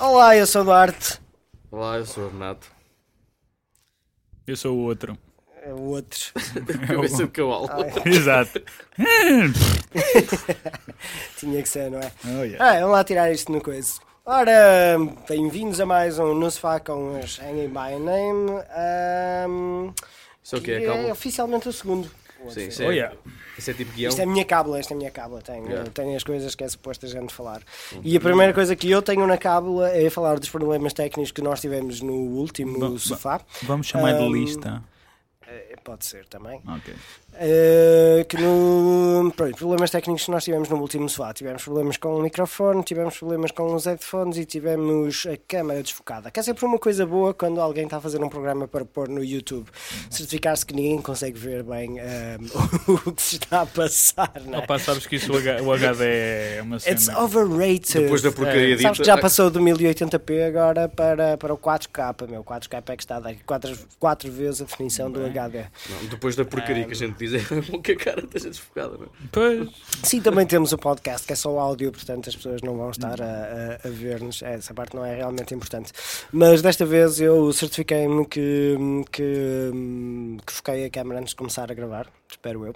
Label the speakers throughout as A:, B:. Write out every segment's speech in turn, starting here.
A: Olá, eu sou o Duarte.
B: Olá, eu sou o Renato.
C: Eu sou o outro.
A: É o outro.
B: Eu pensei o cavalo.
A: Ah, é.
C: Exato.
A: Tinha que ser, não é?
C: Oh, yeah.
A: Ah, vamos lá tirar isto no coisa. Ora, bem-vindos a mais um No Sofá com os Hanging by Name. ahm,
B: Só que
A: que
B: é
A: é
B: calma.
A: oficialmente o segundo. O outro segundo.
B: Sim, isso é,
C: Oh, yeah.
B: isso é tipo guião.
A: Isto é a minha cábula, esta é a minha cábula. Tenho,
B: Yeah. Uhum.
A: tenho as coisas que é suposto a gente falar. E a primeira coisa que eu tenho na cábula é falar dos problemas técnicos que nós tivemos no último
C: Bom, bom.
A: sofá.
C: Vamos chamar de
A: Ahm,
C: lista.
A: Eh, Pode ser também.
C: Ok.
A: Uh, que no, pronto, problemas técnicos que nós tivemos no último sofá. Tivemos problemas com o microfone, tivemos problemas com os headphones e tivemos a câmara desfocada. Que é sempre uma coisa boa quando alguém está a fazer um programa para pôr no YouTube. Certificar-se que ninguém consegue ver bem um, o que se está a passar. Não é?
C: Opa, sabes que isso o, H, o HD é uma cena.
A: It's overrated.
B: Depois da porcaria
A: É, Sabes
B: dita-
A: que já passou do 1080p agora para, para o 4K, meu. 4K é que está a dar 4, quatro vezes a definição do HD.
B: Não, depois da porcaria
A: Ah,
B: que a gente diz, é bom que a cara esteja desfocada, não é?
C: Pois.
A: Sim, também temos o podcast que é só áudio, portanto as pessoas não vão estar a, a- a ver-nos. Essa parte não é realmente importante. Mas desta vez eu certifiquei-me que, que, que foquei a câmera antes de começar a gravar, espero eu.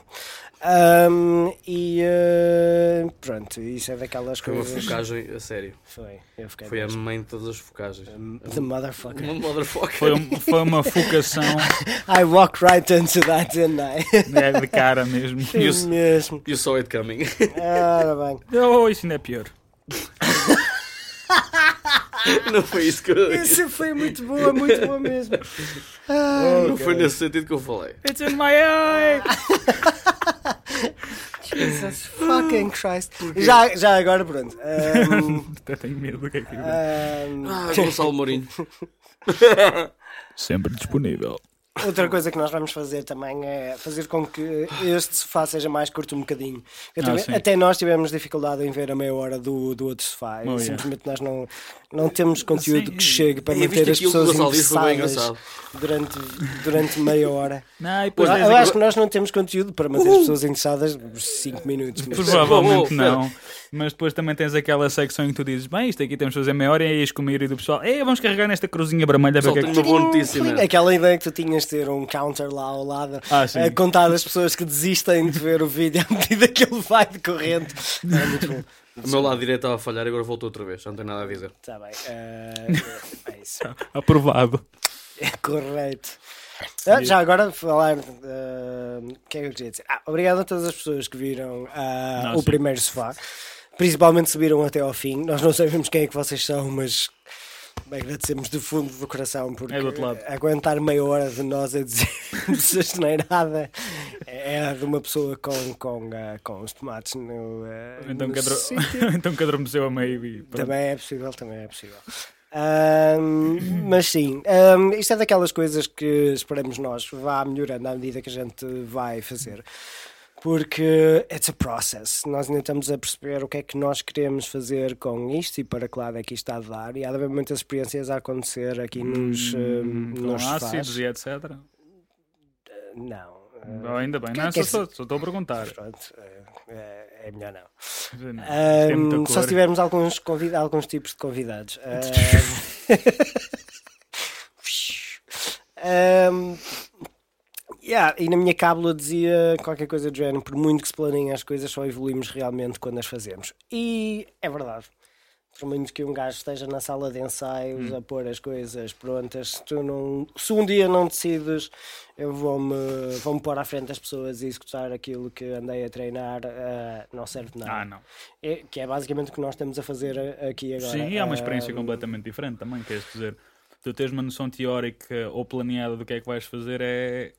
A: Ahm, e ah, pronto, isso é daquelas
B: Foi uma
A: coisas.
B: focagem, a sério.
A: Foi, eu fiquei
B: Foi a
A: É mesmo. É
B: mãe de todas as focagens.
A: The motherfucker.
B: Uma motherfucker.
C: Foi, um- foi uma focação
A: I walk right into that, didn't I?
C: né, de cara mesmo.
B: E o-
A: mesmo.
B: You saw it coming.
A: Ora bem.
C: Oh, isso ainda é pior.
B: não foi isso que eu disse.
A: Essa foi muito boa, muito boa mesmo.
C: é
B: Não foi nesse sentido que eu falei.
C: It's in my eye!
A: Jesus fucking Christ. Já, já agora, pronto. Ahm,
C: Até tenho medo do que é que
A: ahm,
B: Ah, Gonçalo Mourinho.
C: Sempre disponível.
A: outra coisa que nós vamos fazer também é fazer com que este sofá seja mais curto um bocadinho. Eu
C: Ah,
A: tive-
C: sim.
A: até nós tivemos dificuldade em ver a meia hora do, do outro sofá. E
C: Oh, yeah.
A: simplesmente nós não, não temos conteúdo
C: Sim.
A: que chegue para
B: Eu
A: manter
B: viste
A: as
B: aquilo que
A: pessoas
B: o Gonçalo disse, foi bem
A: interessadas durante, durante meia hora.
C: Não, e depois
A: Eu,
C: tens
A: eu
C: aqui-
A: acho que nós não temos conteúdo para manter as pessoas interessadas 5 minutos. mas-
B: Bom,
C: Provavelmente
B: bom,
C: não. Mas depois também tens aquela secção em que tu dizes: Bem, isto aqui temos de fazer meia hora e aí com o maioria do pessoal. Ei, vamos carregar nesta cruzinha vermelha para
B: Pessoal,
C: ver o que é
B: tenho
C: que.
B: uma boa notícia, man.
A: Aquela ideia que tu tinhas de ter um counter lá ao lado
C: Ah, sim.
A: a contar as pessoas que desistem de ver o vídeo à medida que ele vai decorrendo. É muito bom.
B: O meu lado direito estava a falhar e agora voltou outra vez. Não tenho nada a dizer.
A: Está Tá bem. eh, é isso.
B: Tá.
C: Aprovado.
A: É correto. Ah, já agora falar. eh, O que é que eu queria dizer? Ah, obrigado a todas as pessoas que viram ah,
C: Não,
A: o
C: sim.
A: primeiro sofá. Principalmente se viram até ao fim. Nós não sabemos quem é que vocês são, mas agradecemos do fundo do coração porque
C: É do outro lado.
A: aguentar meia hora de nós a dizermos a asneirada é a de uma pessoa com, com, ah, com os tomates no, ah,
C: Então
A: no
C: que, adro...
A: sítio.
C: então que adormeceu a meio e. pronto.
A: Também é possível, também é possível. Ahm, mas sim, ahm, isto é daquelas coisas que esperamos nós vá melhorando à medida que a gente vai fazer. Porque it's a process. Nós ainda estamos a perceber o que é que nós queremos fazer com isto e para que lado é que isto está a dar. E há de haver muitas experiências a acontecer aqui nos. ahm,
C: Hum, com
A: nos sofás.
C: ácidos e etc.
A: Não.
C: Oh, ainda bem,
A: que
C: não,
A: é que
C: só
A: é
C: só só estou a perguntar.
A: Pronto, eh, eh, é melhor não. Ah.
C: Isto é muita
A: Ahm, só
C: cor.
A: se tivermos alguns, convida- alguns tipos de convidados. Ahm, ahm, yeah, e na minha cábula dizia qualquer coisa do género: por muito que se planeiem as coisas, só evoluímos realmente quando as fazemos. E é verdade. Por muito que um gajo esteja na sala de
C: Hum.
A: ensaios a pôr as coisas prontas, se, tu não, se um dia não decides, eu vou-me vou pôr à frente das pessoas e executar aquilo que andei a treinar, ah, não serve de nada.
C: Ah, não.
A: É, que é basicamente o que nós estamos a fazer a- aqui agora.
C: Sim, é uma experiência
A: Ah,
C: completamente diferente também, queres dizer. Tu tens uma noção teórica ou planeada do que é que vais fazer é,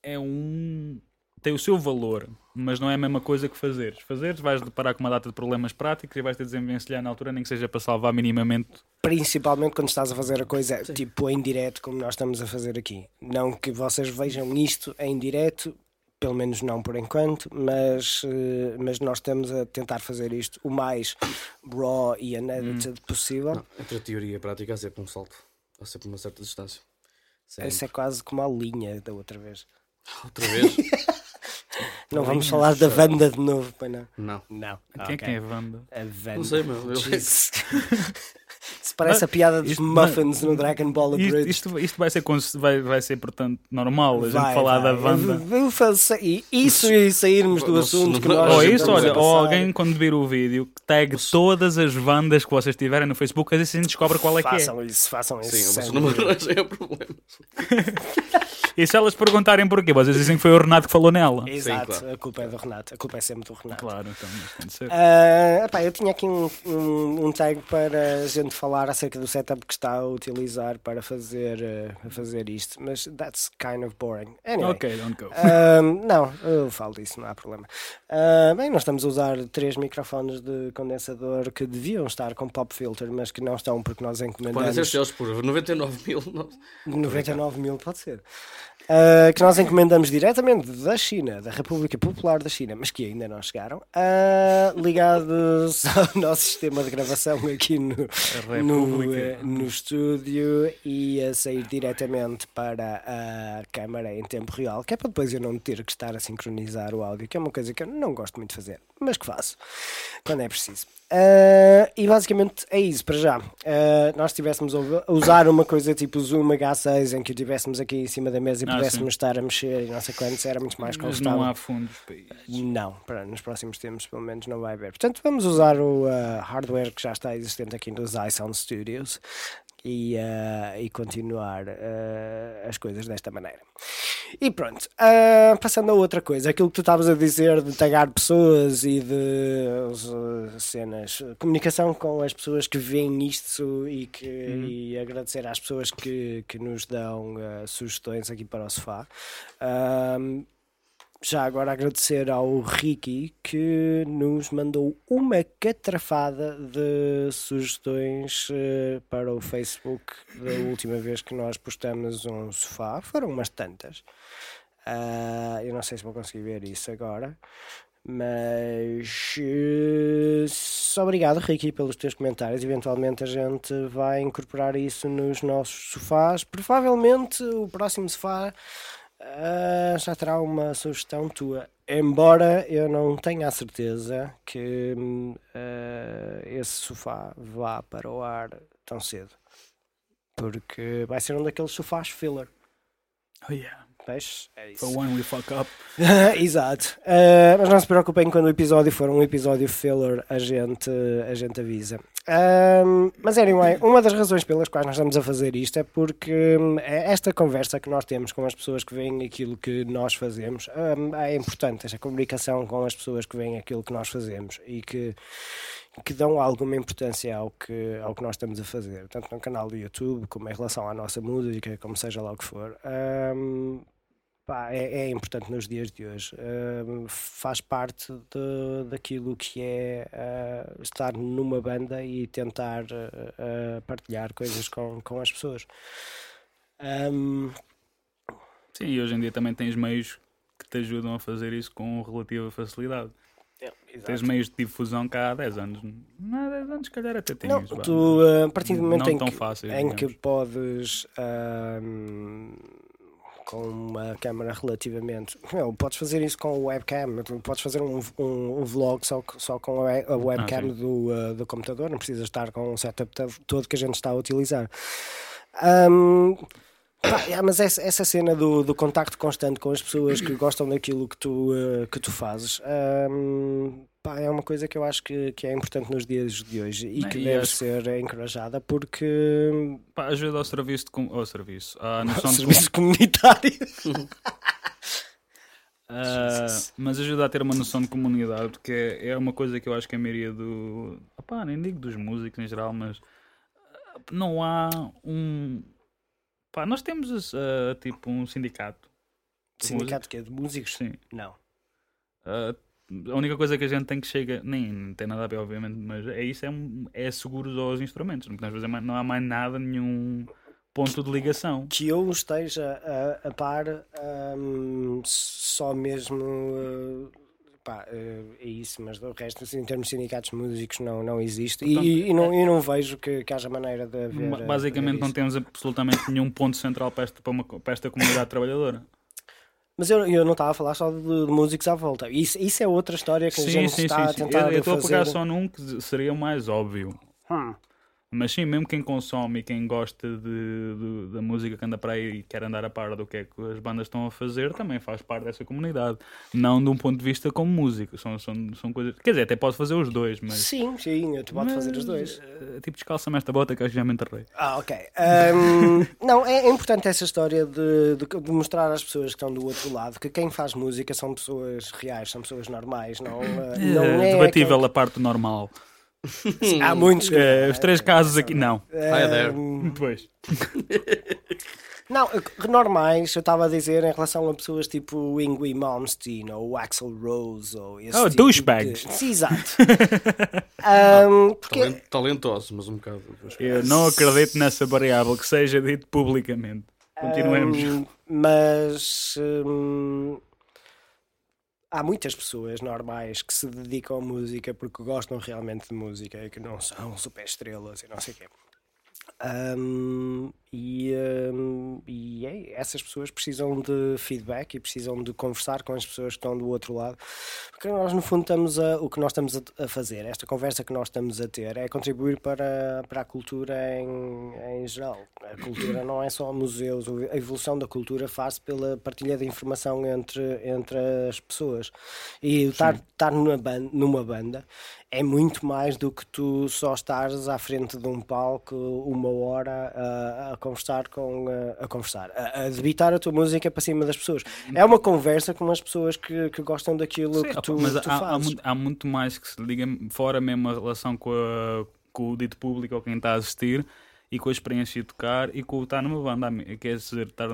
C: é um. tem o seu valor, mas não é a mesma coisa que fazeres. Fazeres, vais deparar com uma data de problemas práticos e vais ter de desenvencilhar na altura, nem que seja para salvar minimamente.
A: Principalmente quando estás a fazer a coisa tipo em direto, como nós estamos a fazer aqui. Não que vocês vejam isto em direto, pelo menos não por enquanto, mas, eh, mas nós estamos a tentar fazer isto o mais raw e
C: Hum.
A: unedited possível.
B: Não, entre a teoria e a prática há sempre um salto. Há sempre uma certa distância. Sempre.
A: Isso é quase como a linha da outra vez.
B: Outra vez?
A: Não vamos falar da Wanda de novo, pois não?
B: Não.
A: Não.
C: Quem é que tem é a Wanda?
A: A Wanda.
B: Não sei, meu. Eu-
A: Jesus. Parece a piada dos
C: Isto-
A: muffins no Dragon Ball
C: Isto,
A: Abridged.
C: isto, isto vai, ser, cons- vai, vai ser, portanto, normal a gente
A: Vai,
C: falar
A: vai.
C: da Wanda.
A: Eu- eu faço- e isso e sairmos do
B: Nossa,
A: assunto que
B: não-
A: nós
C: Ou
B: gente
C: Oh, isso,
A: estamos a
C: olha, ou
A: passar.
C: alguém quando vir o vídeo, que tag todas as Wandas que vocês tiverem no Facebook, às vezes a gente descobre qual é que é.
A: Façam isso, façam isso.
B: Sim, mas
A: sem
B: o número
A: dúvida.
B: laranja é o problema.
C: E se elas perguntarem porquê, vocês dizem que foi o Renato que falou nela.
A: Exato,
B: claro.
A: a culpa é do Renato. A culpa é sempre do Renato.
C: Claro, então, mas tem de ser.
A: Ah, epá, eu tinha aqui um, um, um tag para a gente falar acerca do setup que está a utilizar para fazer, eh, a fazer isto, mas that's kind of boring. Anyway,
C: Ok, don't go.
A: ah, não, eu falo disso, não há problema. Ah, bem, nós estamos a usar três microfones de condensador que deviam estar com pop filter, mas que não estão porque nós
B: Podem ser
A: encomendamos.
B: os seus por 99 mil. nossa.
A: 99 mil, pode ser. Ah, que nós encomendamos diretamente da China, da República Popular da China, mas que ainda não chegaram, ah, ligados ao nosso sistema de gravação aqui no, no, eh,
C: República.
A: no estúdio e a sair diretamente para a câmara em tempo real, que é para depois eu não ter que estar a sincronizar o áudio, que é uma coisa que eu não gosto muito de fazer, mas que faço quando é preciso. Ah, e basicamente é isso para já. Ah, nós estivéssemos a u- a usar uma coisa tipo Zoom H6 em que o tivéssemos aqui em cima da mesa e tipo,
C: Ah,
A: pudéssemos estar a mexer e não sei quantos, era muito mais
C: Mas
A: confortável.
C: não há fundos para isso.
A: Não, para nos próximos tempos pelo menos não vai haver. Portanto, vamos usar o ah, hardware que já está existente aqui nos iSound Studios e, ah, e continuar ah, as coisas desta maneira. E pronto, ah, passando a outra coisa, aquilo que tu estavas a dizer de tagar pessoas e de ah, cenas, comunicação com as pessoas que veem isto e, que, e agradecer às pessoas que, que nos dão ah, sugestões aqui para o sofá. Ah, já agora agradecer ao Ricky que nos mandou uma catrafada de sugestões eh, para o Facebook da última vez que nós postamos um sofá. Foram umas tantas. Ah, eu não sei se vou conseguir ver isso agora. Mas eh, só obrigado, Ricky, pelos teus comentários. Eventualmente a gente vai incorporar isso nos nossos sofás. Provavelmente o próximo sofá ah, já terá uma sugestão tua. Embora eu não tenha a certeza que hum, ah, esse sofá vá para o ar tão cedo. Porque vai ser um daqueles sofás filler.
C: Oh yeah,
A: Peixe, é isso.
C: for one we fuck up.
A: Exato. Uh, mas não se preocupem quando o episódio for um episódio filler, a gente, a gente avisa. Um, mas anyway, uma das razões pelas quais nós estamos a fazer isto é porque hum, é esta conversa que nós temos com as pessoas que veem aquilo que nós fazemos hum, é importante, esta comunicação com as pessoas que veem aquilo que nós fazemos e que, que dão alguma importância ao que, ao que nós estamos a fazer, tanto no canal do YouTube como em relação à nossa música, como seja lá o que for. Hum, Pá, é, é importante nos dias de hoje. Ahm, faz parte de- daquilo que é ah, estar numa banda e tentar ah, ah, partilhar coisas com, com as pessoas. Ahm,
C: Sim, e hoje em dia também tens meios que te ajudam a fazer isso com relativa facilidade. Tens meios de difusão cá há 10 anos. Não, há 10 anos, se calhar até tinhas.
A: Não,
C: vá,
A: tu, ah, a partir do momento
C: não
A: em
C: tão
A: que,
C: fáceis,
A: em que
C: digamos.
A: podes ahm, com uma câmera relativamente. Não, podes fazer isso com o webcam, tu podes fazer um, um, um vlog só, co- só com a, we- a webcam
C: sim.
A: do, ah, do computador, não precisas estar com o setup to- todo que a gente está a utilizar. Ahm, pá, é, mas essa, essa cena do, do contacto constante com as pessoas que gostam daquilo que tu, ah, que tu fazes. ahm, pá, é uma coisa que eu acho que, que é importante nos dias de hoje e
C: Não,
A: que
C: e
A: deve
C: acho
A: ser encorajada porque
C: Pá, ajuda ao serviço de. Com... Ao serviço. À noção de
A: serviço comunitário.
C: Ah, mas ajuda a ter uma noção de comunidade, porque é é uma coisa que eu acho que a maioria do. Opá, nem digo dos músicos em geral, mas ah, não há um. Pá, nós temos ah, tipo um sindicato. de
A: Sindicato que é de músicos?
C: músicos, Sim.
A: Não.
C: Ah, a única coisa que a gente tem que chega, nem nem tem nada a ver, obviamente, mas é isso: é, um- é seguros aos instrumentos. Não, podemos fazer mais- não há mais nada, nenhum ponto de ligação.
A: Que eu esteja a, a par ahm, só mesmo. eh, pá, eh, é isso, mas do resto, assim, em termos de sindicatos de músicos, não, não existe. E- e, e não, e não vejo que, que haja maneira de haver.
C: Ba-
A: eh,
C: é- Basicamente,
A: haver
C: não
A: isso.
C: temos absolutamente nenhum ponto central para esta, para uma co- para esta comunidade trabalhadora.
A: Mas eu, eu não estava a falar só de, de músicos à volta. Isso, isso é outra história que a gente está a tentar
C: Eu- Eu estou a
A: fazer.
C: pegar só num que seria o mais óbvio.
A: Hum.
C: Mas sim, mesmo quem consome e quem gosta de, de- da música que anda para aí e quer andar a par do que é que as bandas estão a fazer, também faz parte dessa comunidade. Não de um ponto de vista como música, são, são, são coisas. Quer dizer, até pode fazer os dois, mas.
A: Sim, sim, eu te boto fazer os dois.
C: eh, Tipo, descalça-me esta bota que eu já me enterrei.
A: Ah, ok. Ahm, não, é, é importante essa história de, de- de mostrar às pessoas que estão do outro lado que quem faz música são pessoas reais, são pessoas normais, não, ah, não
C: Eh,
A: é.
C: debatível a parte do normal.
A: aquele- Há muitos que.
C: Eh, os
A: é,
C: três casos aqui. Não.
B: Hi there.
C: um Pois.
A: Não, eu- normais, eu estava a dizer em relação a pessoas tipo o Ingui Malmsteen ou o Axel Rose ou esse.
C: Oh,
A: tipo
C: douchebags.
A: de- Sim, exato. Ahm, porque.
B: Talen- Talentoso, mas um bocado.
C: Eu não acredito nessa variável que seja dito publicamente.
A: É,
C: Continuemos.
A: Ahm, mas hum, há muitas pessoas normais que se dedicam à música porque gostam realmente de música e que não são super estrelas e não sei o quê. Ahm, e, hum, e é- essas pessoas precisam de feedback e precisam de conversar com as pessoas que estão do outro lado, porque nós, no fundo, estamos a, o que nós estamos a, a fazer, esta conversa que nós estamos a ter, é contribuir para, para a cultura em, em geral. A cultura não é só museus, o- a evolução da cultura faz-se pela partilha de informação entre, entre as pessoas. E estar, estar numa, ban- numa banda é muito mais do que tu só estares à frente de um palco uma hora uh, a, a conversar com ah, a, conversar, a, a debitar a tua música para cima das pessoas. É uma conversa com as pessoas que, que gostam daquilo
C: Sim,
A: que
C: opa,
A: tu,
C: mas
A: tu
C: há, há
A: fazes.
C: mu- há muito mais que se liga fora mesmo a relação com, a- com o dito público ou quem está a assistir e com a experiência de tocar e com o estar numa banda. Quer dizer, estar,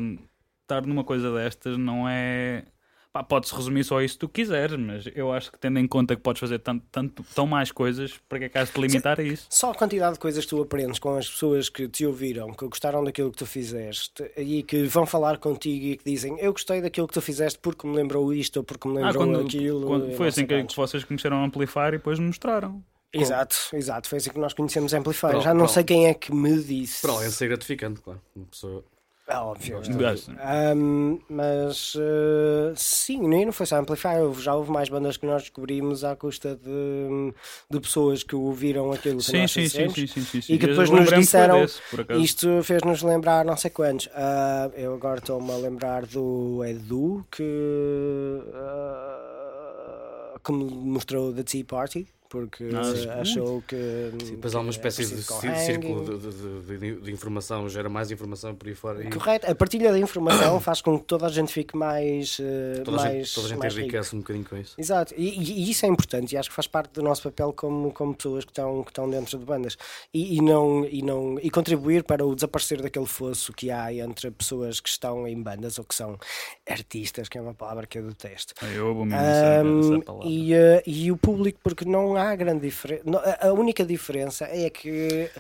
C: estar numa coisa destas não é. Pá, Pode-se resumir só a isso que tu quiseres, mas eu acho que tendo em conta que podes fazer tanto, tanto, tão mais coisas, para que é que has de te limitar a isso?
A: Só a quantidade de coisas que tu aprendes com as pessoas que te ouviram, que gostaram daquilo que tu fizeste e que vão falar contigo e que dizem eu gostei daquilo que tu fizeste porque me lembrou isto ou porque me
C: Ah,
A: lembrou
C: quando,
A: aquilo.
C: quando-
A: e
C: foi
A: não
C: assim
A: sei
C: que,
A: quantos.
C: que vocês começaram a amplifar e depois me mostraram.
A: Exato, exato. Foi assim que nós conhecemos Amplify.
B: Pro-
A: Já não
B: pro-
A: sei quem é que me disse.
B: Para além de ser gratificante, claro. Uma pessoa.
A: Ah, óbvio.
C: Gosto.
A: Ahm, mas eh, sim, nem não foi só Amplify, houve- já houve mais bandas que nós descobrimos à custa de, de pessoas que ouviram aquilo que
C: Sim,
A: nós
C: sim, sim,
A: fizemos.
C: sim, sim, sim, sim.
A: E que
C: Eu
A: depois nos
C: lembrei-me que foi
A: disseram,
C: desse, por acaso.
A: Isto fez-nos lembrar não sei quantos. Ah, eu agora estou-me a lembrar do Edu que, ah, que me mostrou The Tea Party. Porque
C: Ah,
A: eh,
C: sim.
A: achou que.
B: Sim, depois há uma
A: que é
B: espécie de
A: parecido com
B: cí-
A: hanging.
B: círculo de, de- de- de- de informação, gera mais informação por aí fora. E
A: Correto, a partilha da informação faz com que toda a gente fique mais. eh,
B: toda, a
A: mais
B: gente, toda a gente
A: mais rica.
B: enriquece um bocadinho com isso.
A: Exato, e, e- e isso é importante e acho que faz parte do nosso papel como, como pessoas que estão, que estão dentro de bandas e, e não, e, não, e contribuir para o desaparecer daquele fosso que há entre pessoas que estão em bandas ou que são artistas, que é uma palavra que eu detesto.
C: Eu abomino
A: Ahm,
C: é essa, essa palavra.
A: e, eh, e o público, porque não há grande diferença. A a única diferença é que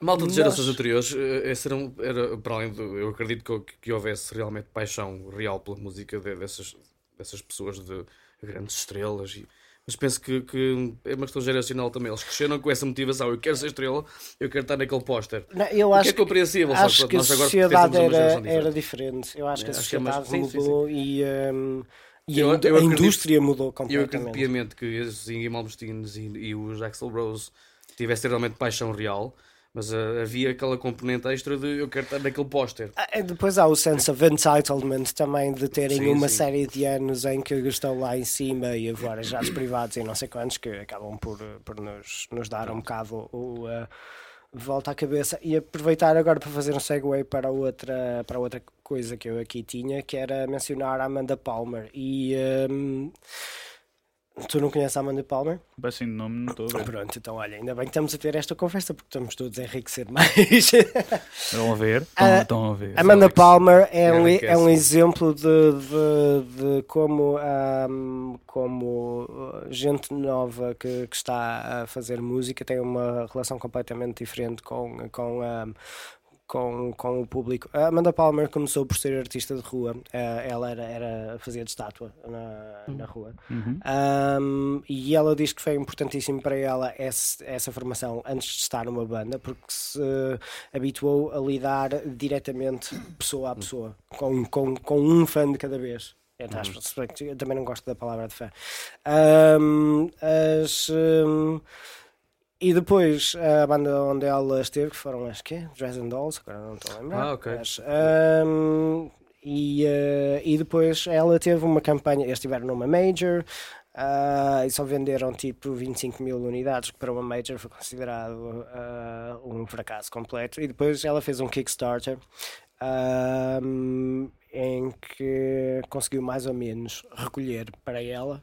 B: A Malta de
A: Nós-
B: gerações anteriores, eh, esse era, um- era, para além do. Eu acredito que, que- que houvesse realmente paixão real pela música de- dessas, dessas pessoas de grandes estrelas. e- mas penso que, que é uma questão geracional também. Eles cresceram com essa motivação. Eu quero ser estrela, eu quero estar naquele póster.
A: Não, eu
B: O que
A: acho
B: é compreensível, só
A: acho
B: que
A: que a
B: nós agora
A: sociedade
B: pertencemos a uma
A: era,
B: geração
A: era diferente. Eu acho que a
B: Acho que é mais-
A: sociedade
B: sim, sim,
A: mudou e, hum, e
B: Eu-
A: a,
B: eu
A: indu- a
B: acredito-
A: indústria mudou
B: E eu acredito
A: completamente.
B: piamente que esses Ingy Malmsteens e, e os Axel Rose tivessem realmente paixão real, mas ah, havia aquela componente extra de eu quero estar naquele póster.
A: Ah, e Depois há o sense of entitlement também de terem
B: Sim,
A: uma
B: sim.
A: série de anos em que estão lá em cima e agora já os privados e não sei quantos que acabam por, por nos, nos dar um bocado o, uh, volta à cabeça e aproveitar agora para fazer um segue para outra, para outra coisa que eu aqui tinha que era mencionar a Amanda Palmer e hum, tu não conheces a Amanda Palmer?
C: Assim, de nome não estou a ver.
A: Pronto, então olha, ainda bem que estamos a ter esta conversa porque estamos todos a enriquecer mais.
C: Estão a ver?
A: Ah,
C: Estão, estão a ver.
A: Amanda
B: Alex.
A: Palmer é um,
B: Enriquece.
A: é um exemplo de, de- de como, ahm, como uh, gente nova que, que está a fazer música tem uma relação completamente diferente com, com, ahm, com, com o público. A Amanda Palmer começou por ser artista de rua, eh, ela era, era, fazia de estátua na, na rua.
B: Uhum.
A: Um, e ela diz que foi importantíssimo para ela esse- essa formação antes de estar numa banda, porque se habituou a lidar diretamente pessoa a pessoa, com, com, com um fã de cada vez. Entre
B: Uhum.
A: aspas, se bem que eu também não gosto da palavra de fã. Um, as, um, E depois a banda onde ela esteve, que foram as quê? Jazz and Dolls, agora não estou a lembrar. hum,
B: Ah, ok.
A: Mas, ahm, e, eh, e depois ela teve uma campanha, eles tiveram numa Major ah, e só venderam tipo 25 mil unidades, que para uma Major foi considerado ah, um fracasso completo. E depois ela fez um Kickstarter ahm, em que conseguiu mais ou menos recolher para ela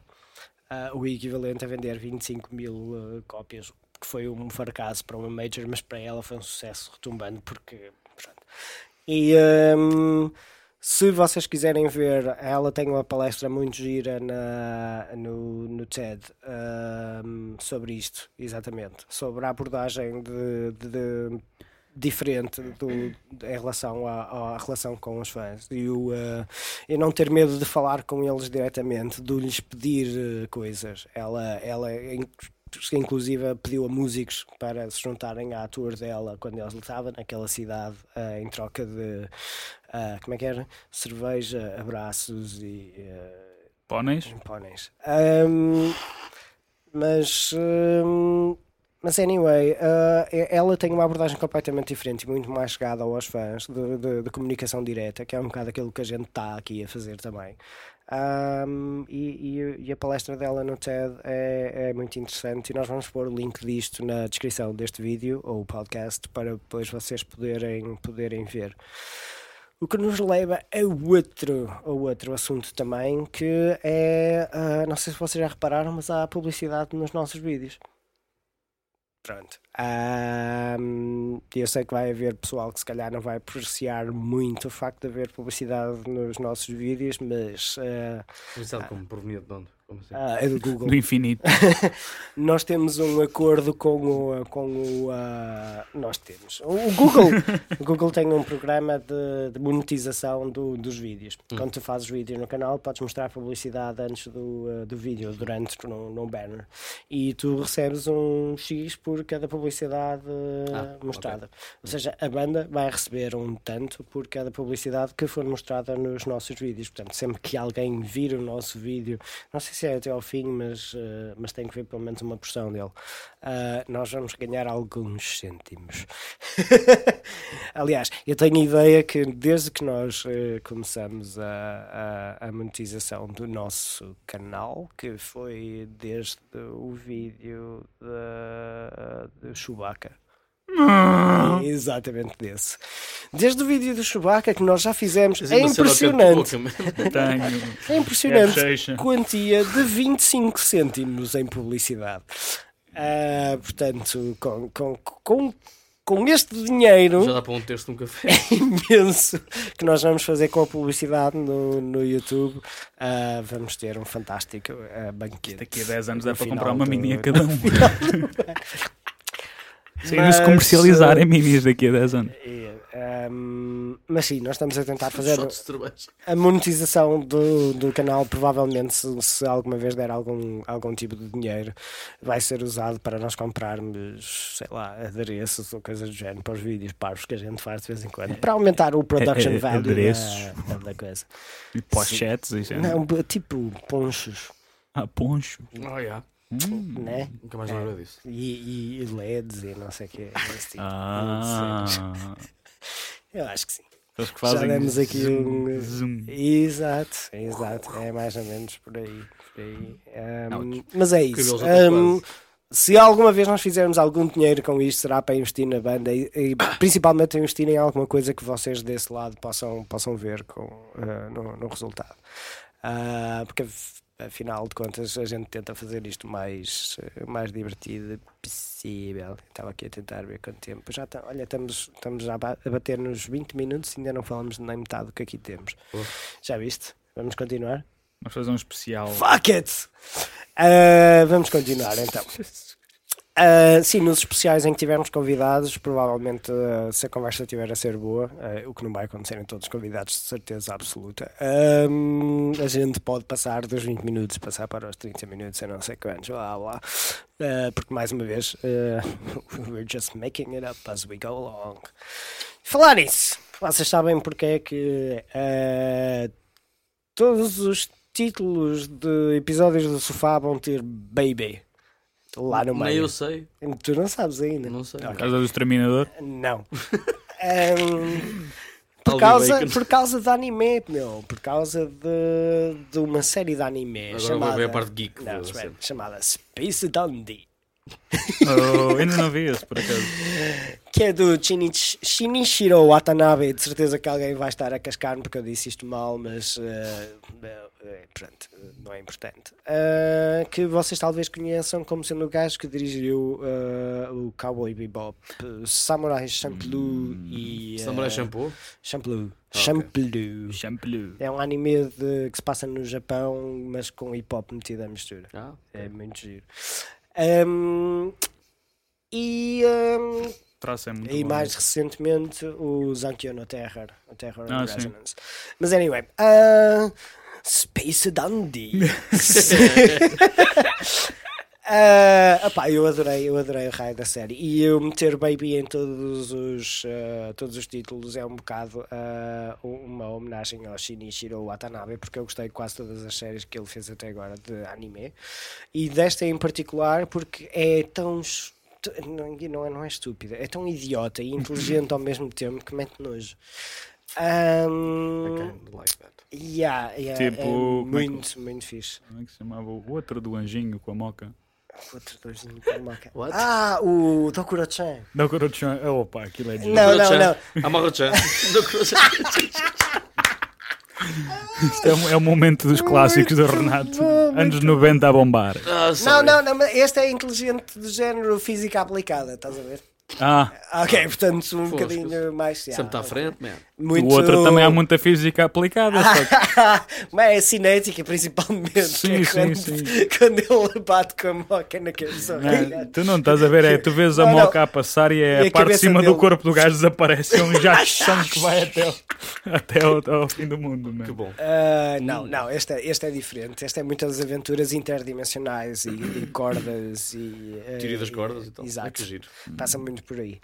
A: ah, o equivalente a vender 25 mil ah, cópias, que foi um fracasso para uma Major, mas para ela foi um sucesso retumbante, porque. pronto. E ahm, se vocês quiserem ver, ela tem uma palestra muito gira na, no, no TED ahm, sobre isto, exatamente, sobre a abordagem de- de- de diferente do, em relação à, à relação com os fãs e o, eh, e não ter medo de falar com eles diretamente, de lhes pedir eh, coisas. Ela, ela in- inclusive pediu a músicos para se juntarem à tour dela quando ela estava naquela cidade eh, em troca de ah, como é que era? Cerveja, abraços e eh,
C: Póneis?
A: póneis. Ahm, mas, ahm, mas anyway, ah, e- ela tem uma abordagem completamente diferente e muito mais chegada aos fãs de, de- de comunicação direta, que é um bocado aquilo que a gente está aqui a fazer também. Ahm, e, e- e a palestra dela no TED é, é muito interessante e nós vamos pôr o link disto na descrição deste vídeo ou podcast para depois vocês poderem, poderem ver. O que nos leva a outro, a outro assunto também, que é, ah, não sei se vocês já repararam, mas há publicidade nos nossos vídeos. Pronto. Ahm, e eu sei que vai haver pessoal que se calhar não vai apreciar muito o facto de haver publicidade nos nossos vídeos, mas ah,
B: Publicidade como proveniente de onde? Como assim?
A: ah, é do Google.
C: Do infinito.
A: Nós temos um acordo com o. Com o ah, nós temos. O o Google, o Google tem um programa de, de monetização do- dos vídeos. Quando tu fazes vídeo no canal, podes mostrar publicidade antes do, ah, do vídeo, durante, num, num banner. E tu recebes um X por cada publicidade ah,
B: Ah,
A: mostrada. Ou seja, a banda vai receber um tanto por cada publicidade que for mostrada nos nossos vídeos. Portanto, sempre que alguém vir o nosso vídeo, não sei se é até ao fim, mas, eh, mas tem que ver pelo menos uma porção dele. Ah, nós vamos ganhar alguns cêntimos. Aliás, eu tenho a ideia que desde que nós eh, começamos a, a, a monetização do nosso canal, que foi desde o vídeo de, de Chewbacca. Exatamente desse. Desde o vídeo do Chewbacca que nós já fizemos,
B: Mas
A: é
B: ainda será
A: impressionante.
B: que é de boca, mas-
C: Tenho.
A: É impressionante.
C: É bochecha.
A: quantia de 25 cêntimos em publicidade. Ah, portanto, com, com, com, com este dinheiro
B: Já dá para um texto de um café.
A: imenso que nós vamos fazer com a publicidade no, no YouTube, ah, vamos ter um fantástico ah, banquete.
C: Daqui a 10 anos
A: no
C: dá para
A: final
C: comprar uma
A: do-
C: mini a cada um. Se ainda
A: Mas,
C: se
A: eh,
C: comercializarem minis daqui a 10 anos.
A: É, ahm, ehm, mas sim, nós estamos a tentar fazer
B: Shots de cerveja.
A: a monetização do, do canal. Provavelmente, se, se alguma vez der algum, algum tipo de dinheiro, vai ser usado para nós comprarmos, sei lá, adereços ou coisas do género para os vídeos parvos que a gente faz de vez em quando, para aumentar o production
C: É, é, é,
A: value da-
C: adereços.
A: da, da coisa.
C: E pochetes e género.
A: Não, tipo ponchos,
C: Ah, poncho.
B: Ah, já.
C: Hum.
A: né?
B: Nunca mais lembro disso.
A: E, e- e LEDs e não sei o que. Esse tipo.
C: Ah.
A: Eu acho que sim.
C: Eles que
A: Já
C: fazem
A: demos aqui
C: zoom,
A: um-
C: zoom.
A: Exato, exato. É mais ou menos por aí. Por aí. Um,
B: Ouch.
A: mas é
B: Cabelos
A: isso.
B: a todo
A: Um,
B: lado.
A: se alguma vez nós fizermos algum dinheiro com isto, será para investir na banda e, e principalmente investir em alguma coisa que vocês desse lado possam, possam ver com, eh, no, no resultado. Ah, porque af- afinal de contas a gente tenta fazer isto mais, eh, mais divertido possível. Estava aqui a tentar ver quanto tempo. Já tá- olha, estamos, estamos já a ba- a bater nos 20 minutos e ainda não falamos nem metade do que aqui temos.
B: Pô.
A: Já viste? Vamos continuar?
C: Vamos fazer um especial.
A: Fuck it! Ah, vamos continuar então. Ah, sim, nos especiais em que tivermos convidados, provavelmente ah, se a conversa estiver a ser boa, ah, o que não vai acontecer em todos os convidados, de certeza absoluta, ahm, a gente pode passar dos 20 minutos, passar para os 30 minutos, eu não sei quantos, blá blá, Ah, porque mais uma vez, ah, we're just making it up as we go along. Falar nisso, vocês sabem porque é que ah, todos os títulos de episódios do sofá vão ter baby. Lá no
B: Nem
A: meio.
B: eu sei.
A: Tu não sabes ainda.
B: Não sei.
A: Ok.
C: Casa do Exterminador.
A: Não. Ahm, por,
B: I'll be
A: causa,
B: vacant.
A: por causa de anime, meu. Por causa de, de uma série de anime
B: Agora
A: chamada.
B: vem a parte geek
A: Não,
B: da
A: espera,
B: cena.
A: chamada Space Dandy.
C: Oh, ainda não vi esse, por acaso.
A: Que é do Shinichi- Shinichiro Watanabe. De certeza que alguém vai estar a cascar-me porque eu disse isto mal, mas. eh, eh, pronto, não é importante. Ah, que vocês talvez conheçam como sendo o gajo que dirigiu ah, o Cowboy Bebop, Samurai Champloo e.
B: Hum, Samurai
A: ah,
B: Shampoo?
A: Champloo.
B: ok.
A: Champloo.
C: Champloo.
A: É um anime de- que se passa no Japão, mas com hip hop metido à mistura.
B: Ah,
A: É muito giro. Ahm, e, ehm, ahm,
C: Traço é muito
A: e
C: bom.
A: mais recentemente o Zankyo no Terror. O Terror
C: Ah,
A: and
C: sim.
A: Resonance. Mas anyway. ah, Space Dandy. Ah, opá, eu adorei, eu adorei o raio da série. E eu meter Baby em todos os, ah, todos os títulos é um bocado ah, uma homenagem ao Shinichiro Watanabe, porque eu gostei de quase todas as séries que ele fez até agora de anime. E desta em particular, porque é tão. es- t- Não, não é- não é estúpida, é tão idiota e inteligente ao mesmo tempo que mete nojo.
B: I
A: Ahm,
B: kind of like that.
A: yeah, yeah, é
C: Tipo, como é que-
A: muito, muito fixe.
C: Como é que se chamava o outro do anjinho com a moca?
A: Outro doisinho com maca.
B: What?
A: Ah, o Dokuro-chan.
C: Não, Corochão. Oh, opa, aquilo é de...
A: Não, não,
B: Kudo-chan.
A: não.
B: Amaro-chan.
C: Isto é, um- é o momento dos clássicos do Renato. Anos 90 a bombar.
B: Ah,
A: Não,
B: sorry.
A: não, não, mas este é inteligente do género física aplicada, estás a ver?
C: Ah,
A: Ok, portanto, um
B: Fosca.
A: bocadinho mais.
B: Sempre está à
A: yeah,
B: frente, man.
A: Muito...
C: o outro também há muita física aplicada. Só que...
A: Mas é cinética, principalmente.
C: Sim,
A: que é
C: sim,
A: quando,
C: sim.
A: quando ele bate com a moca na cabeça.
C: Ah, tu não estás a ver, é tu vês a
A: Não, não.
C: moca a passar e, é
A: E
C: a,
A: a
C: parte de
A: cabeça
C: cima do
A: dele.
C: corpo do gajo desaparece. É um jação que vai até, o- até ao, ao fim do mundo. né?
B: Que
C: Mano.
B: bom.
A: Ah, não,
B: Hum.
A: não, este é, este é diferente. Este é muitas aventuras interdimensionais e, e cordas e. eh,
B: Teoria das cordas e tal. Ah,
A: Exato.
B: que giro.
A: Passa muito por aí.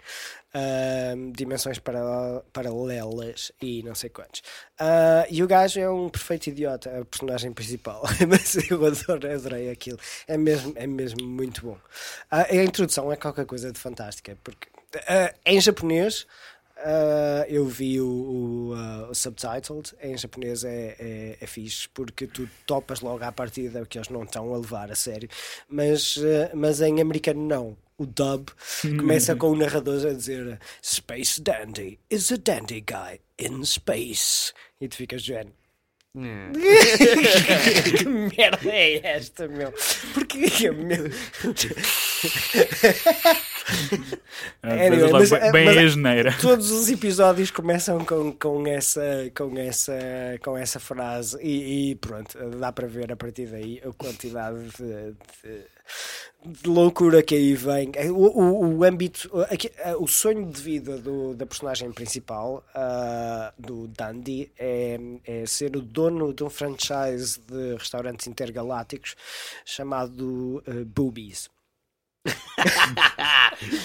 A: Ahm, dimensões para- paralelas e não sei quantos. Ah, e o gajo é um perfeito idiota, a personagem principal. Mas eu adoro, adorei aquilo. É mesmo, é mesmo muito bom. Ah, a introdução é qualquer coisa de fantástica, porque ah, em japonês. ah, eu vi o, o, ah, o subtitled em japonês é, é, é fixe porque tu topas logo à partida que eles não estão a levar a sério, mas, ah, mas em americano não o dub, começa com o narrador a dizer Space Dandy is a dandy guy in space. E tu ficas Jen.
B: É.
A: Que merda é esta, meu? Porque meu?
C: Ah,
A: Anyway,
C: vês logo
A: É, mas-
C: bem- bem
A: mas-
C: a geneira.
A: Todos os episódios começam com, com, essa, com, essa, com essa frase e, e pronto, dá para ver a partir daí a quantidade de, de- de loucura que aí vem. O, o, o âmbito, aqui- eh, o sonho de vida do, da personagem principal, ah, do Dandy, é, é ser o dono de um franchise de restaurantes intergalácticos chamado ah, Boobies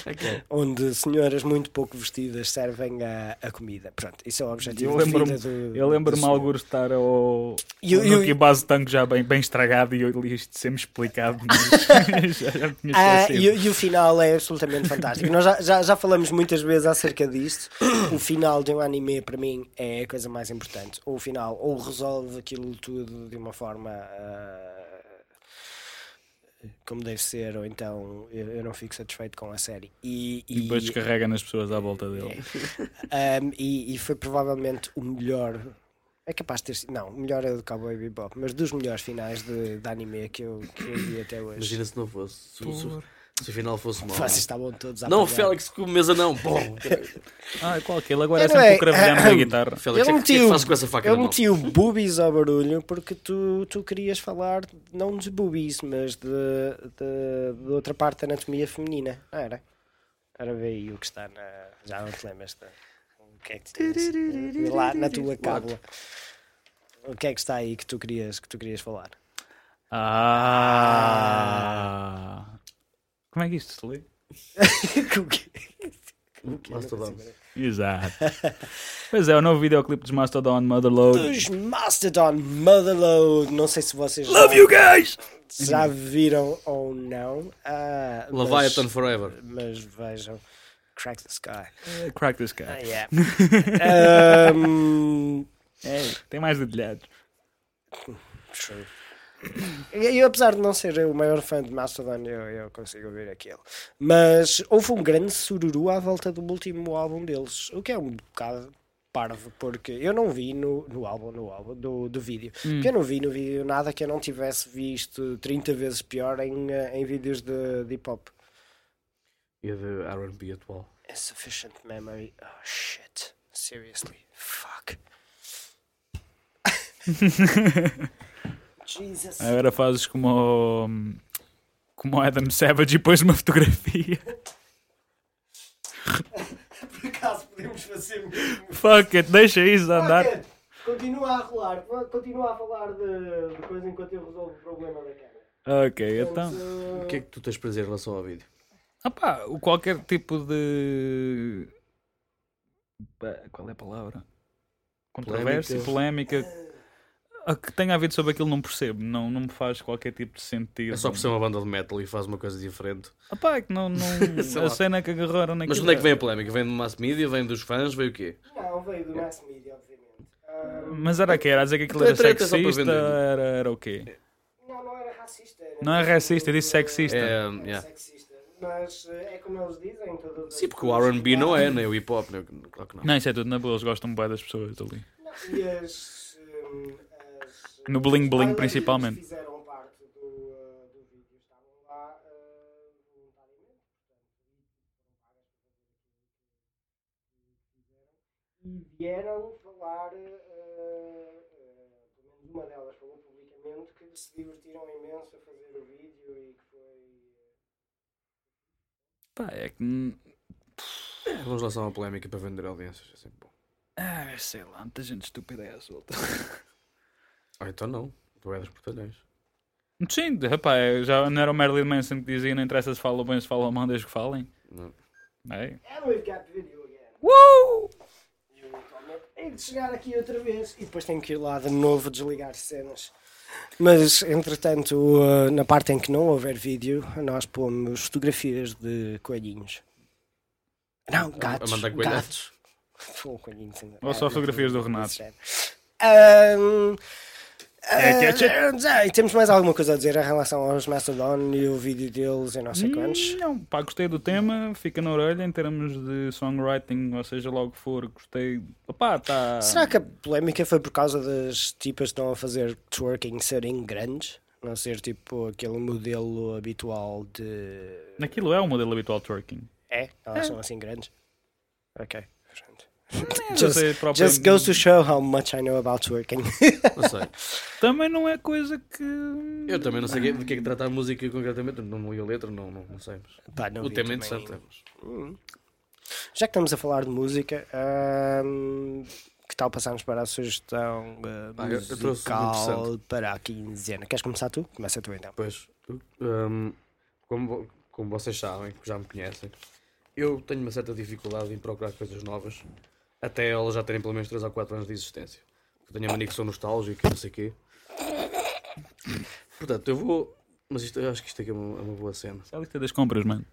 B: Ok.
A: onde senhoras muito pouco vestidas servem a, a comida. Pronto, isso é o objetivo
C: Eu
A: de
C: lembro-me-
A: vida do-
C: Eu
A: do
C: lembro-me
A: senhor.
C: alguns de estar ao.
A: E o-
C: no
A: e o-
C: Nuki base tanque já bem, bem estragado e eu li isto sempre explicado. mas já, já tinha
A: Ah,
C: esquecido.
A: e, o- e o final é absolutamente fantástico. Nós já, já, já falamos muitas vezes acerca disto. O final de um anime, para mim, é a coisa mais importante. Ou o final, ou resolve aquilo tudo de uma forma ah, como deve ser, ou então eu, eu não fico satisfeito com a série. E,
C: E depois
A: e-
C: descarrega nas pessoas à volta dele.
A: Um, e, e foi provavelmente o melhor. É capaz de ter sido. Não, o melhor é o do Cowboy Bebop, mas dos melhores finais de, de anime que eu, que eu vi até hoje.
B: Imagina se não fosse. Se, se- se o final fosse mal.
A: Vocês estavam todos a
B: Não,
A: apanhar.
B: Félix, com mesa não. Bom.
C: Ah, é qual aquele? Agora é um-
A: Anyway,
C: sempre o cravelhamos da guitarra.
B: Félix,
A: Eu
B: o que é que
A: meti o-
B: fazes com essa faca
A: Eu
B: na mão?
A: meti o boobies ao barulho porque tu, tu querias falar não de boobies, mas de, de, de outra parte da anatomia feminina. Não era? Era ver aí o que está na. Já não te lembras da- o que é que tu tens? Vê lá na tua cábula. O que é que está aí que tu querias, que tu querias falar?
C: Ah. Como é que isto se lê?
A: Com o quê? que eu não
B: Mastodon.
A: consigo ver.
C: Exato. pois é, o novo videoclipe dos Mastodon Motherload.
A: Os Mastodon Motherload. Não sei se vocês já,
C: guys!
A: já viram ou não. Ah,
B: Leviathan
A: mas,
B: Forever.
A: mas vejam. Crack the Sky.
C: É, Crack this guy.
A: Ah, yeah. Ahm,
C: Ei, tem mais detalhados.
A: True. Eu, eu, apesar de não ser o maior fã de Mastodon, eu, eu consigo ouvir aquilo. Mas houve um grande sururu à volta do último álbum deles, o que é um bocado parvo, porque eu não vi no, no álbum, no álbum do, do vídeo, porque eu não vi no vídeo nada que eu não tivesse visto 30 vezes pior em, eh, em vídeos de, de hip hop.
B: E a de RB atual.
A: Insufficient memory. Oh shit. Seriously. Fuck. Jesus.
C: Agora fazes como o, como o Adam Savage e pões uma fotografia.
A: Por acaso podemos fazer um mesmo.
C: Fuck it, deixa isso andar.
A: Fuck it. Continua a rolar, continua a falar de, de coisa enquanto eu resolvo o problema da câmera.
C: Ok, então.
B: O que é que tu tens para dizer em relação ao vídeo?
C: Ah pá, o qualquer tipo de. pá, Qual é a palavra? Controvérsia, polémica. A que tenha havido sobre aquilo não percebo, não, não me faz qualquer tipo de sentido.
B: É só por ser uma banda de metal e faz uma coisa diferente.
C: Ah pá, é que não, não...
B: Sei
C: a
B: lá.
C: cena que agarraram naquilo.
B: Mas onde é que vem a polémica? Vem do mass media? Vem dos fãs? Vem o quê?
A: Não, veio do mass media, obviamente. Ah,
C: Mas era o quê? Era a dizer que aquilo
B: Então
C: era
B: é treta só para
C: sexista?
B: vender.
C: Era, era o quê?
A: Ah, não, não era racista. Era
C: Não é racista, disse sexista.
B: É, um,
A: Era
B: yeah.
A: sexista. Mas eh, é como eles dizem. Todas
B: Sim, porque o RB não é, nem o hip hop, né? claro que não.
C: Não, isso é tudo na boa, eles gostam bem das pessoas ali.
A: E as, hum, as-
C: No bling
A: as
C: bling,
A: bailarinas
C: principalmente.
A: que fizeram parte do, uh, do vídeo estavam lá uh, voluntariamente. portanto, foram pagas para fazer aquilo que- que fizeram. E vieram falar, uh, uh, pelo menos uma delas falou publicamente, que se divertiram imenso a fazer o vídeo e que foi.
C: Pá, é que. hum,
B: É, Vamos lançar uma polémica para vender audiências. É sempre bom.
C: Ah, sei lá, muita gente estúpida é à solta.
B: Ah, então não. Tu és dos portalhões.
C: Sim, rapá, já não era o Marilyn Manson que dizia: não interessa se falam bem, se falam mal, desde que falem.
B: Não.
C: É.
A: And we've got video again.
C: Uh!
A: E eu atualmente é. hei de chegar aqui outra vez e depois tenho que ir lá de novo desligar cenas. Mas, entretanto, uh, na parte em que não houver vídeo, nós pomos fotografias de coelhinhos. Não, gatos.
B: Amanda Coelho.
A: gatos. Pô, coelhinhos ainda.
C: Ou só
A: Ah,
C: fotografias do
A: desse
C: Renato.
A: género. Ahm,
C: É, que-
A: ah, e temos mais alguma coisa a dizer em relação aos Mastodon e o vídeo deles e não sei quantos?
C: Hum, Não, pá, gostei do tema, fica na orelha em termos de songwriting, ou seja, logo for, gostei. Opá, tá.
A: Será que a polémica foi por causa das tipas que estão a fazer twerking serem grandes? Não ser tipo aquele modelo habitual de.
C: Naquilo é o modelo habitual de twerking.
A: É? Elas são assim grandes? Ok. pronto.
C: Não é
A: Just-
C: dizer próprio-
A: Just goes to show how much I know about twerking.
B: Não sei.
C: Também não é coisa que.
B: Eu também não sei que- de que é que trata a música concretamente. Não li a letra, não, não, não sei. Mas...
A: Pá, não
B: O
A: vi
B: tema é
A: também. Hum.
B: interessante. é, mas-
A: Já que estamos a falar de música, ahm, que tal passarmos para a sugestão ah,
B: Ah, eu- eu trouxe uma
A: musical
B: interessante.
A: para a quinzena? Queres começar tu? Começa tu então.
B: Pois, hum, como, vo- como vocês sabem, que já me conhecem, eu tenho uma certa dificuldade em procurar coisas novas, até elas já terem pelo menos 3 ou 4 anos de existência. Eu tenho a mania que sou nostálgico e não sei o quê. Portanto, eu vou. Mas isto, eu acho que isto aqui é uma, é uma boa cena.
C: É a lista das compras, mano.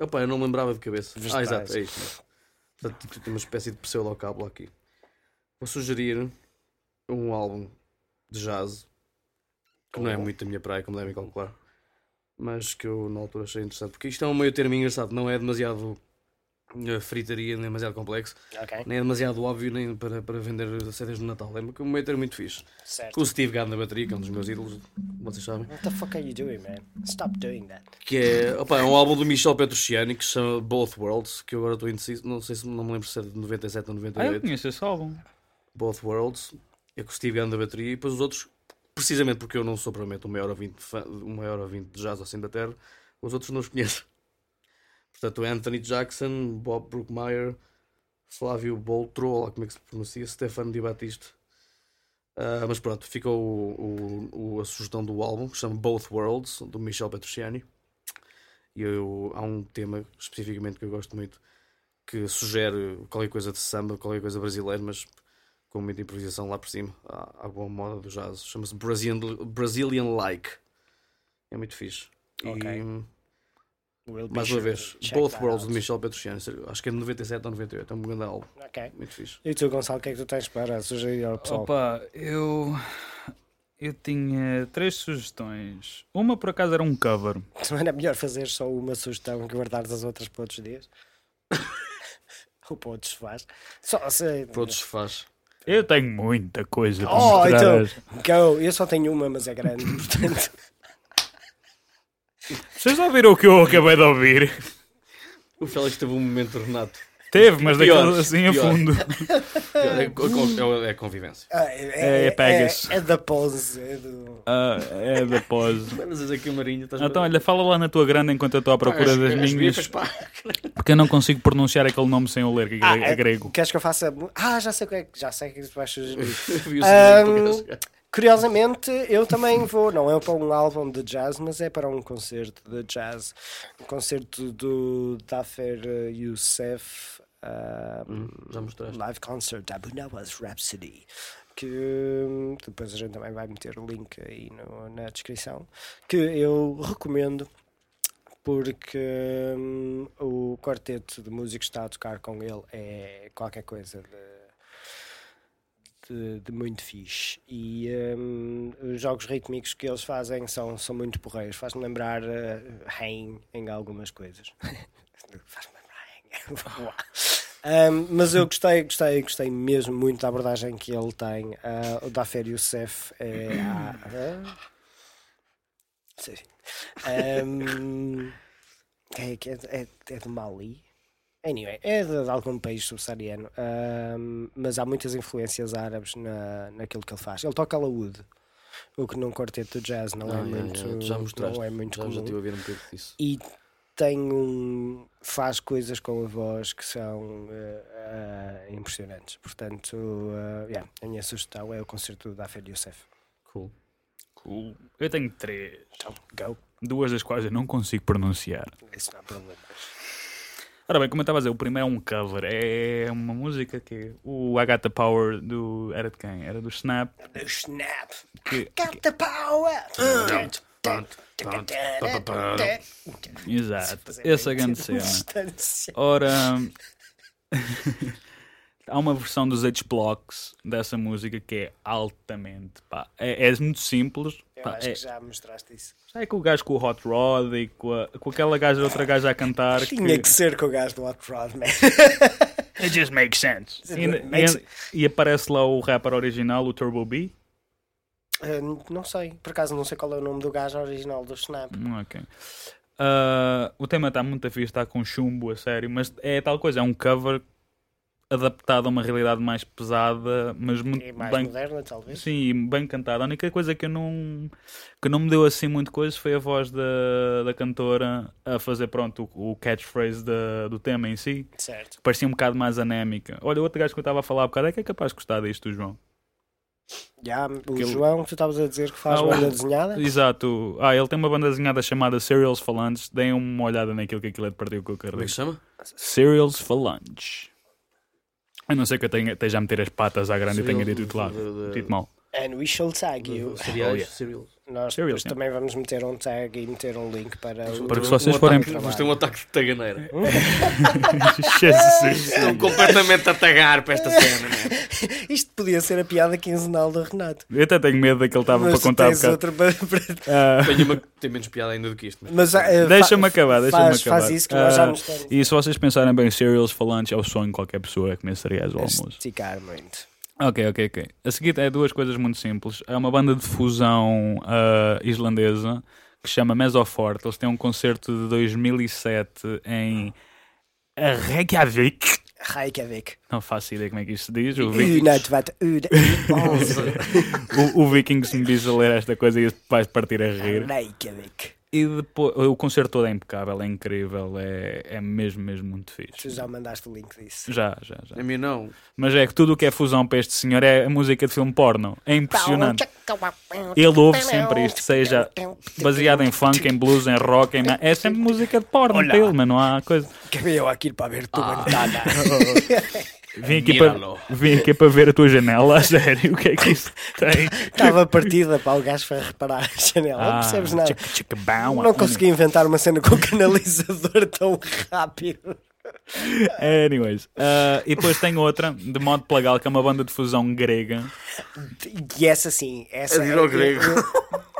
B: Opa, eu não me lembrava de cabeça. Ah,
A: Vegetais.
B: exato, é isto. Portanto, tipo, tem uma espécie de pseudocábulo aqui. Vou sugerir um álbum de jazz, que não é muito da minha praia, como devem calcular, mas que eu na altura achei interessante, porque isto é um meio termo engraçado, não é demasiado eh, fritaria, nem demasiado complexo,
A: Ok,
B: nem é demasiado óbvio nem para, para vender CDs no Natal. É um meio termo muito fixe.
A: certo.
B: Com o Steve Gadd na bateria, que é um dos meus ídolos, vocês sabem.
A: What the fuck are you doing, man? Stop doing that.
B: Que é, opa, é um álbum do Michel Petrucciani que se chama Both Worlds, que eu agora estou indeciso, não sei se não me lembro se é de 97 ou
C: Ah, eu
B: 98.
C: conheço esse álbum.
B: Both Worlds, é com o Steve Gunn da bateria e depois os outros, precisamente porque eu não sou provavelmente o maior ouvinte de, fã, o maior ouvinte de jazz assim da terra, os outros não os conheço. Portanto, Anthony Jackson, Bob Brookmeyer, Flávio Boltro, ou lá como é que se pronuncia, Stefano Di Batista. Ah, mas pronto, fica o, o- o- a sugestão do álbum, que se chama Both Worlds, do Michel Petrucciani. E eu, há um tema especificamente que eu gosto muito que sugere qualquer coisa de samba, qualquer coisa brasileira, mas com muita improvisação lá por cima. Há, há boa moda do jazz. Chama-se Brazilian, Brazilian Like. É muito fixe.
A: Ok.
B: E,
A: We'll be
B: mais
A: sure
B: uma vez,
A: to check
B: Both
A: that
B: Worlds
A: out.
B: de Michel Petrucciani. Sério, Acho que é de 97 ou 98. É um grande álbum.
A: Ok.
B: Muito fixe.
A: E tu, Gonçalo, o que é que tu tens para sugerir ao pessoal?
C: Opa, eu. Eu tinha três sugestões. Uma por acaso era um cover.
A: Não era melhor fazer só uma sugestão e guardares as outras para outros dias? Ou para outros faz? Só se...
B: Para outros faz.
C: Eu tenho muita coisa para
A: Oh,
C: mostrar.
A: então,
C: hoje.
A: go. Eu só tenho uma, mas é grande, portanto...
C: Vocês ouviram o que eu acabei de ouvir?
B: O Félix teve um momento Renato.
C: Teve, mas
B: Pior,
C: daquele assim a
B: pior.
C: fundo.
B: É, é con- é- é convivência.
A: Ah,
C: É, pegas.
A: É, é da pose. É do...
C: Ah, é da pose.
B: Mas és aqui o Marinho. Estás
C: Então, olha, fala lá na tua grande enquanto eu estou à procura
B: As-
C: das
B: as
C: minhas,
B: bifas, pá.
C: porque eu não consigo pronunciar aquele nome sem o ler, que é, gre-
A: Ah,
C: é grego.
A: Queres que eu faça. Ah, já sei o que é que. Já sei o que é que tu vais sugerir.
B: Vi o
A: Ahm,
B: segundo, por acaso.
A: Curiosamente, eu também vou. Não é para um álbum de jazz, mas é para um concerto de jazz. Um concerto do Dafer eh, Youssef. ah,
B: Hum, Já mostraste.
A: Live Concert Abu Nawas Rhapsody que hum, depois a gente também vai meter o link aí no- na descrição que eu recomendo porque hum, o quarteto de músicos que está a tocar com ele é qualquer coisa de, de, de muito fixe e hum, os jogos rítmicos que eles fazem são, são muito porreiros faz-me lembrar eh, Rain em algumas coisas faz-me lembrar Rain um, mas eu gostei, gostei, gostei mesmo muito da abordagem que ele tem. Ah, o da Fério Youssef é. a- a- Sim. Um, é, que é, é, é de Mali. Anyway, é de, de algum país subsaariano. Um, mas há muitas influências árabes na, naquilo que ele faz. Ele toca laúde, o que num quarteto de jazz não, é,
B: Ah,
A: muito,
B: já, já mostraste.
A: não é muito
B: já,
A: comum
B: já estive a ver um pouco disso.
A: e tem um faz coisas com a voz que são eh, ah, impressionantes portanto ah, yeah, a minha sugestão é o concerto da Fed Youssef
B: Cool.
C: Cool. Eu tenho três,
A: então go
C: duas das quais eu não consigo pronunciar.
A: isso não há problema
C: Ora bem, como eu estava a dizer, o primeiro é um cover. É uma música que o Agatha Power do. Era de quem? Era do Snap.
A: The snap
C: Que,
A: got the power
C: exato. Essa é a grande cena. né? Ora. Há uma versão dos H-Blocks dessa música que é altamente. Pá, é, é muito simples.
A: eu
C: pá,
A: acho
C: é-
A: que já mostraste isso
C: Já é que o gajo com o Hot Rod e com, a- com aquela gaja, outra gaja a cantar.
A: tinha que ser com o gajo do Hot Rod né? man
C: It just makes sense. E,
A: Makes-
C: e- e aparece lá o rapper original, o Turbo B.
A: Ah, não sei por acaso não sei qual é o nome do gajo original do snap
C: Hum, Ok. Ah, o tema está muito fixe, está com chumbo, a sério, mas é tal coisa, é um cover adaptado a uma realidade mais pesada, mas muito
A: é mais
C: bem
A: moderna talvez
C: Sim, e bem cantado. A única coisa que eu não que não me deu assim muito coisa foi a voz da, da cantora a fazer pronto o, o catchphrase da- do tema em si.
A: certo
C: Parecia um bocado mais anémica. Olha, outro gajo que eu estava a falar há bocado é que é capaz de gostar disto, o João.
A: Já, o
C: Aquele-
A: João, que tu estavas a dizer que faz
C: Ah, o-
A: banda desenhada?
C: Exato. Ah, ele tem uma banda desenhada chamada Serials Falantes. Deem uma olhada naquilo que aquilo é de partir o que eu quero
B: Como é que se
C: dizer.
B: chama?
C: Serials Falantes. A não ser que eu tenha, esteja a meter as patas à grande e tenha
B: Cereals
C: dito Ah, lá.
A: é
B: de- de-
C: Dito mal.
A: And we shall tag you.
B: Cereais,
C: Oh, yeah.
B: cereals.
A: Nós
C: Serial,
A: depois
C: sim.
A: também vamos meter um tag e meter um link para o.
C: Para que se
B: Um
C: vocês
B: ataque-
C: forem-
B: Vamos ter um ataque de
A: É.
B: taganeira.
C: Jesus.
B: Estão completamente a tagar para
A: É.
B: esta cena, né?
A: Isto podia ser a piada quinzenal do Renato.
C: Eu até tenho medo daquele estava para
A: Mas tu
C: contar um
A: tens
C: bocado.
A: outra para- para-
C: Ah,
B: Tenho uma que tem menos piada ainda do que isto. Mas...
A: Mas, ah, eh,
C: deixa-me
A: fa-
C: acabar, deixa-me acabar.
A: faz, Faz isso que nós já
C: Ah,
A: nos estamos
C: E se vocês pensarem bem, cereals falantes é o sonho de qualquer pessoa é comer cereais ao
A: a
C: almoço.
A: esticar muito.
C: Ok, ok, ok. A seguir é duas coisas muito simples. É uma banda de fusão ah, islandesa que se chama Mesoforte. Eles têm um concerto de 2007 em Reykjavik.
A: Reykjavik.
C: Não faço ideia como é que isto se diz. O Vic-
A: Unite Vat. Une- Onze.
C: o, o Vikings me diz a ler esta coisa e vai partir a rir.
A: Reykjavik.
C: E depois, o concerto todo é impecável, é incrível, é, é mesmo, mesmo muito fixe.
A: Tu já mandaste o link disso.
C: Já, já, já.
B: A mim não.
C: Mas é que tudo o que é fusão para este senhor é a música de filme porno. É impressionante. Ele ouve sempre isto, seja baseado em funk, em blues, em rock, em... é sempre música de porno
A: Olá.
C: para ele, mas não há coisa.
A: Que veio aqui para ver tu ventana.
C: Ah. Vim aqui, para,
B: Míralo.
C: vim aqui para ver a tua janela, a sério, o que é que isso tem?
A: Estava partida para o gajo foi reparar a janela.
C: Ah,
A: não percebes nada.
C: tchaca, tchaca, bau,
A: Não consegui inventar uma cena com o canalizador tão rápido.
C: Anyways, ah, e depois tem outra, de modo plagal, que é uma banda de fusão grega.
A: E essa sim, essa
B: É de ir ao grego.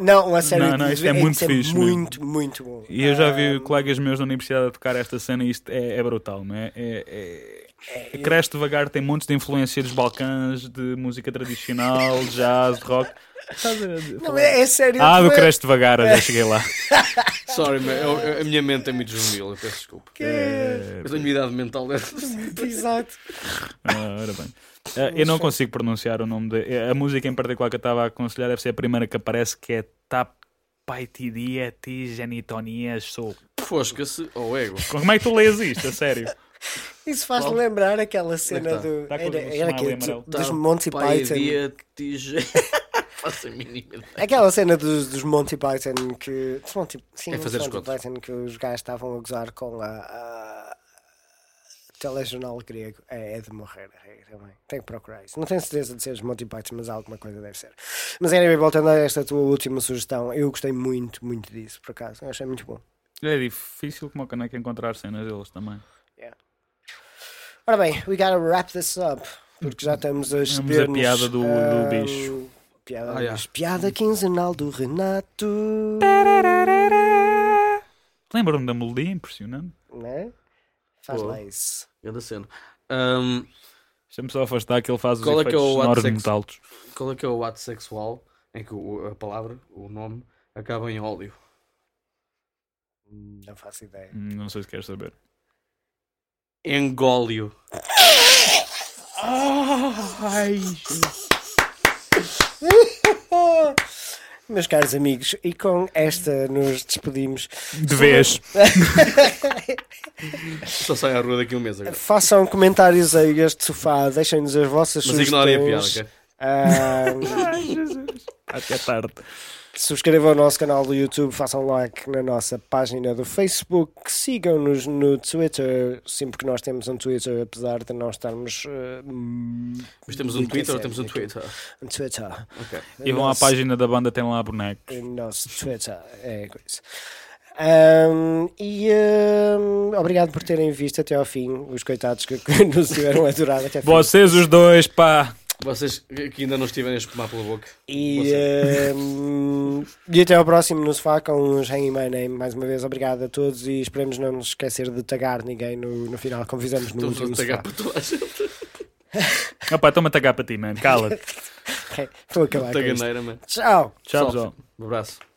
A: Não, a sério.
C: Não, não, isto é muito
A: isso
C: fixe mesmo.
A: Muito, muito bom.
C: E eu já
A: Ah.
C: vi colegas meus da universidade a tocar esta cena e isto é, é brutal, não é? É- é- é- Cresce devagar, tem montes de influência dos Balcãs, de música tradicional, de jazz, de rock. Estás a- a
A: Não,
C: falar?
A: é, é sério.
C: Ah, do
A: foi-
C: Cresce devagar, eu já cheguei lá.
B: Sorry, man, eu- eu- a minha mente é muito juvenil, eu peço desculpa.
A: É.
B: Eu tenho uma idade mental dessa.
A: Exato.
C: Ah, ora bem. Ah, eu não consigo pronunciar o nome de. A música em particular que eu estava a aconselhar deve ser a primeira que aparece, que é Tapaitidia Tigenitonias É Sou.
B: Fosca-se ao ego.
C: Como é que tu lês isto, a sério?
A: Isso faz-me
B: Qual?
A: lembrar aquela cena
B: tá?
A: do.
C: Tá com
A: Era,
C: o
A: era aquele
C: smiley amarelo.
A: do- dos Monty Python.
B: Dia tige... Faça a mínima.
A: Aquela cena dos, dos Monty Python que. Dos Monty, sim,
B: É fazer
A: dos
B: as
A: Monty
B: contas.
A: Python que os gajos estavam a gozar com a. a... Telejornal grego é, é de morrer a regra também. Tenho que procurar isso. Não tenho certeza de ser os Monty Python, mas alguma coisa deve ser. Mas anyway, voltando a esta tua última sugestão, eu gostei muito, muito disso, por acaso. Eu achei muito bom.
C: É difícil como é que não é que encontrar cenas deles também.
A: Ora bem, we gotta wrap this up. Porque já estamos a
C: a piada do- do
A: ah,
C: bicho.
A: Piada, do
B: Ah, yeah.
A: bicho. piada quinzenal do Renato.
C: Lembro-me da melodia, impressionante.
A: Né? Faz
B: Pô.
A: lá isso.
B: Grande cena. Ahm,
C: Deixa-me só afastar que ele faz os
B: Qual é que
C: efeitos
B: é o
C: sonoros
B: ato
C: muito
B: sexo-
C: altos.
B: qual é que é o ato sexual em que o- a palavra, o nome, acaba em óleo?
A: Não faço ideia.
C: Hum, Não sei se queres saber.
B: Engólio.
A: Meus caros amigos, e com esta nos despedimos.
C: De vez.
B: Só sai à rua daqui a um mês agora.
A: Façam comentários a este sofá, deixem-nos as vossas
B: Mas
A: sugestões.
B: ignorem a piada, ok?
A: Ah,
C: Até tarde.
A: Subscrevam o nosso canal do YouTube, façam like na nossa página do Facebook, sigam-nos no Twitter, sempre que nós temos um Twitter, apesar de não estarmos. eh, hum,
B: Mas temos um
A: muito
B: Twitter
A: sério
B: ou temos um
A: aqui.
B: Twitter?
A: Um Twitter.
B: Ok.
C: E vão à
A: Nosso-
C: página da banda, tem lá boneco.
A: o Nosso Twitter é coisa. Ahm, e ahm, obrigado por terem visto até ao fim os coitados que, que nos tiveram a durar até ao fim.
C: Vocês os dois, pá!
B: Vocês que ainda não estiverem a espumar pela boca.
A: E,
B: Você.
A: ehm, e até ao próximo nos Sofá com os Hanging My Name. Mais uma vez, obrigado a todos e esperemos não nos esquecer de tagar ninguém no, no final, como fizemos no
B: Estamos
A: último
B: a
A: Sofá.
B: tagar para toda a gente.
C: Opa, toma tagar para ti, mano. Cala-te.
A: Ok, Vou acabar com isto.
B: Taganeira, mano.
A: Tchau!
C: Tchau,
B: Salve.
C: pessoal.
B: Um abraço.